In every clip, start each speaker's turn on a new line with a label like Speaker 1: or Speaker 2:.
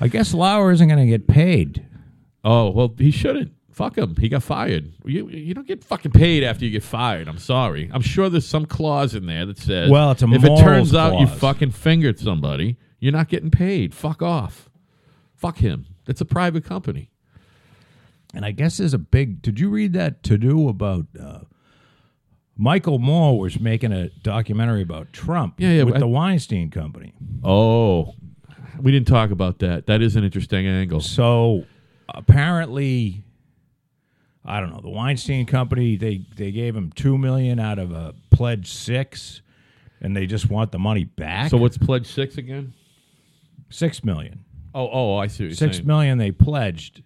Speaker 1: I guess Lauer isn't going to get paid.
Speaker 2: Oh well, he shouldn't. Fuck him. He got fired. You you don't get fucking paid after you get fired. I'm sorry. I'm sure there's some clause in there that says
Speaker 1: Well, it's a
Speaker 2: if it
Speaker 1: morals
Speaker 2: turns out you
Speaker 1: clause.
Speaker 2: fucking fingered somebody, you're not getting paid. Fuck off. Fuck him. It's a private company.
Speaker 1: And I guess there's a big. Did you read that to do about uh, Michael Moore was making a documentary about Trump
Speaker 2: Yeah, yeah,
Speaker 1: with
Speaker 2: I-
Speaker 1: the Weinstein Company?
Speaker 2: Oh, we didn't talk about that. That is an interesting angle.
Speaker 1: So apparently, I don't know the Weinstein Company. They they gave him two million out of a pledge six, and they just want the money back.
Speaker 2: So what's pledge six again?
Speaker 1: six million?
Speaker 2: Oh, oh, I see. What you're
Speaker 1: Six
Speaker 2: saying.
Speaker 1: million they pledged.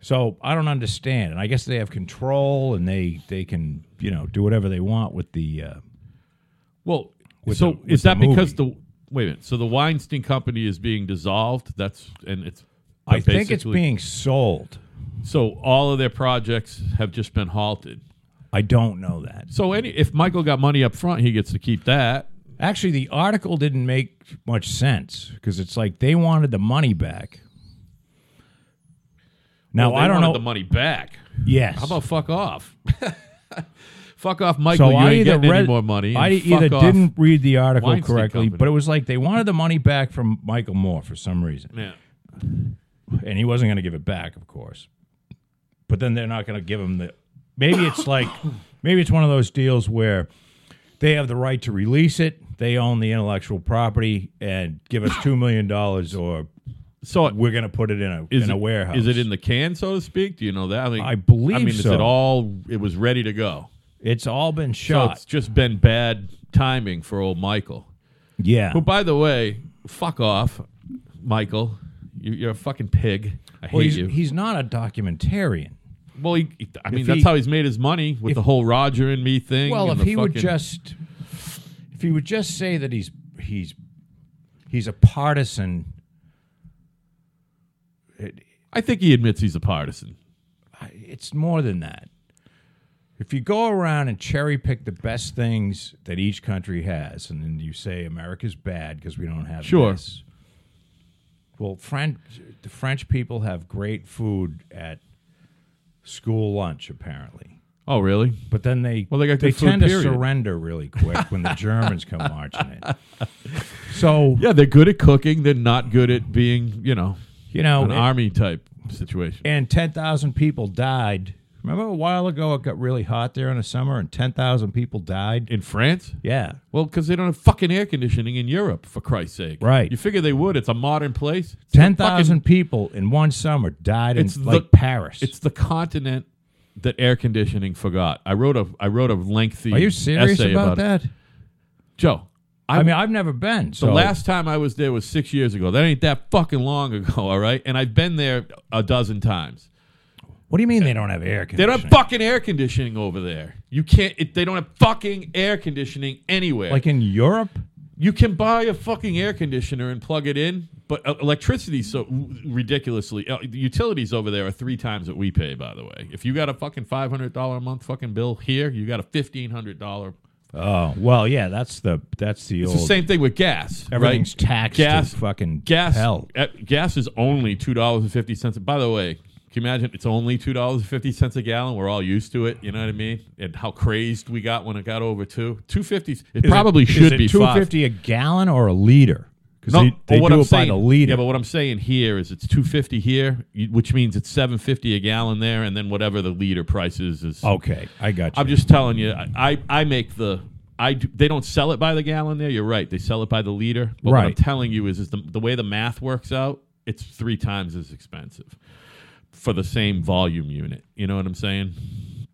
Speaker 1: So I don't understand, and I guess they have control, and they they can you know do whatever they want with the. Uh,
Speaker 2: Well,
Speaker 1: with
Speaker 2: so
Speaker 1: the- with
Speaker 2: is
Speaker 1: the
Speaker 2: that because the wait a minute? So the Weinstein Company is being dissolved. That's and it's.
Speaker 1: I think it's
Speaker 2: basically-
Speaker 1: being sold.
Speaker 2: So all of their projects have just been halted.
Speaker 1: I don't know that.
Speaker 2: So any if Michael got money up front, he gets to keep that.
Speaker 1: Actually, the article didn't make much sense because it's like they wanted the money back. Now
Speaker 2: Well, they
Speaker 1: I don't
Speaker 2: wanted
Speaker 1: know.
Speaker 2: the money back.
Speaker 1: yes,
Speaker 2: How about fuck off? fuck off, Michael. you ain't getting any more money. and
Speaker 1: I
Speaker 2: fuck
Speaker 1: either
Speaker 2: off.
Speaker 1: didn't read the article
Speaker 2: Weinstein
Speaker 1: correctly,
Speaker 2: Company.
Speaker 1: but it was like they wanted the money back from Michael Moore for some reason,
Speaker 2: Yeah.
Speaker 1: and he wasn't going to give it back, of course. But then they're not going to give him the. Maybe it's like, maybe it's one of those deals where they have the right to release it. They own the intellectual property and give us two million dollars or
Speaker 2: So
Speaker 1: we're going to put it in a
Speaker 2: is
Speaker 1: in
Speaker 2: it,
Speaker 1: a warehouse.
Speaker 2: Is it in the can, so to speak? Do you know that? I, mean,
Speaker 1: I believe
Speaker 2: I mean, is
Speaker 1: so.
Speaker 2: it all? It was ready to go.
Speaker 1: It's all been
Speaker 2: So
Speaker 1: shot.
Speaker 2: it's just been bad timing for old Michael.
Speaker 1: yeah.
Speaker 2: Who, by the way, fuck off, Michael. You- You're a fucking pig. I
Speaker 1: Well,
Speaker 2: hate
Speaker 1: he's,
Speaker 2: you.
Speaker 1: he's not a documentarian.
Speaker 2: well, he, he- I mean,
Speaker 1: if
Speaker 2: that's
Speaker 1: he-
Speaker 2: how he's made his money with the whole Roger and me thing.
Speaker 1: Well,
Speaker 2: and
Speaker 1: if
Speaker 2: the
Speaker 1: he would
Speaker 2: fucking-
Speaker 1: just if he would just say that he's he's he's a partisan,
Speaker 2: I think he admits he's a partisan.
Speaker 1: I- it's more than that. If you go around and cherry pick the best things that each country has, and then you say America's bad because we don't have
Speaker 2: Sure.
Speaker 1: this. Well, French the French people have great food at school lunch apparently.
Speaker 2: Oh, really?
Speaker 1: But then they
Speaker 2: Well, they got good food,
Speaker 1: tend to
Speaker 2: period.
Speaker 1: surrender really quick when the Germans come marching in. So
Speaker 2: Yeah, they're good at cooking. They're not good at being, you know,
Speaker 1: you know,
Speaker 2: an
Speaker 1: it-
Speaker 2: army type situation.
Speaker 1: and ten thousand people died. Remember a while ago it got really hot there in the summer, and ten thousand people died.
Speaker 2: In France?
Speaker 1: Yeah,
Speaker 2: Well, because they don't have fucking air conditioning in Europe, for Christ's sake.
Speaker 1: Right.
Speaker 2: You figure they would. It's a modern place. It's a
Speaker 1: ten
Speaker 2: fucking-
Speaker 1: thousand people in one summer died in
Speaker 2: It's the-
Speaker 1: like Paris.
Speaker 2: It's the continent that air conditioning forgot. I wrote a I wrote a lengthy.
Speaker 1: Are you serious
Speaker 2: essay
Speaker 1: about,
Speaker 2: about, it.
Speaker 1: that?
Speaker 2: Joe? I,
Speaker 1: I mean, I've never been. So
Speaker 2: the last time I was there was six years ago. That ain't that fucking long ago. All right, and I've been there a dozen times.
Speaker 1: what do you mean they don't have air
Speaker 2: They
Speaker 1: conditioning?
Speaker 2: don't have fucking air conditioning over there. You can't. It, they don't have fucking air conditioning anywhere.
Speaker 1: like in Europe.
Speaker 2: You can buy a fucking air conditioner and plug it in, but uh, electricity's so ridiculously. Uh, the utilities over there are three times what we pay. By the way, if you got a fucking five hundred dollar a month fucking bill here, you got a fifteen hundred dollar.
Speaker 1: Oh well, yeah, that's the that's the
Speaker 2: It's
Speaker 1: old
Speaker 2: the same thing with gas.
Speaker 1: everything's
Speaker 2: right?
Speaker 1: taxed.
Speaker 2: Gas-
Speaker 1: to fucking
Speaker 2: Gas.
Speaker 1: hell.
Speaker 2: uh, gas is only two dollars and fifty cents. By the way, can you imagine? It's only two dollars and fifty cents a gallon. We're all used to it. You know what I mean? And how crazed we got when it got over two two fifty. It
Speaker 1: Is it-
Speaker 2: probably
Speaker 1: is
Speaker 2: should
Speaker 1: it
Speaker 2: be
Speaker 1: two
Speaker 2: five.
Speaker 1: fifty a gallon or a liter? Because
Speaker 2: No,
Speaker 1: they, they
Speaker 2: but what
Speaker 1: do
Speaker 2: I'm
Speaker 1: it
Speaker 2: saying,
Speaker 1: by the liter.
Speaker 2: Yeah, but what I'm saying here is it's 250 here, you- which means it's 750 a gallon there, and then whatever the liter price is is.
Speaker 1: okay, I got you.
Speaker 2: I'm just telling you, I I, I make the. I do, they don't sell it by the gallon there. You're right. They sell it by the liter. But what I'm
Speaker 1: Right.
Speaker 2: telling you is, is the, the way the math works out, it's three times as expensive for the same volume unit. You know what I'm saying?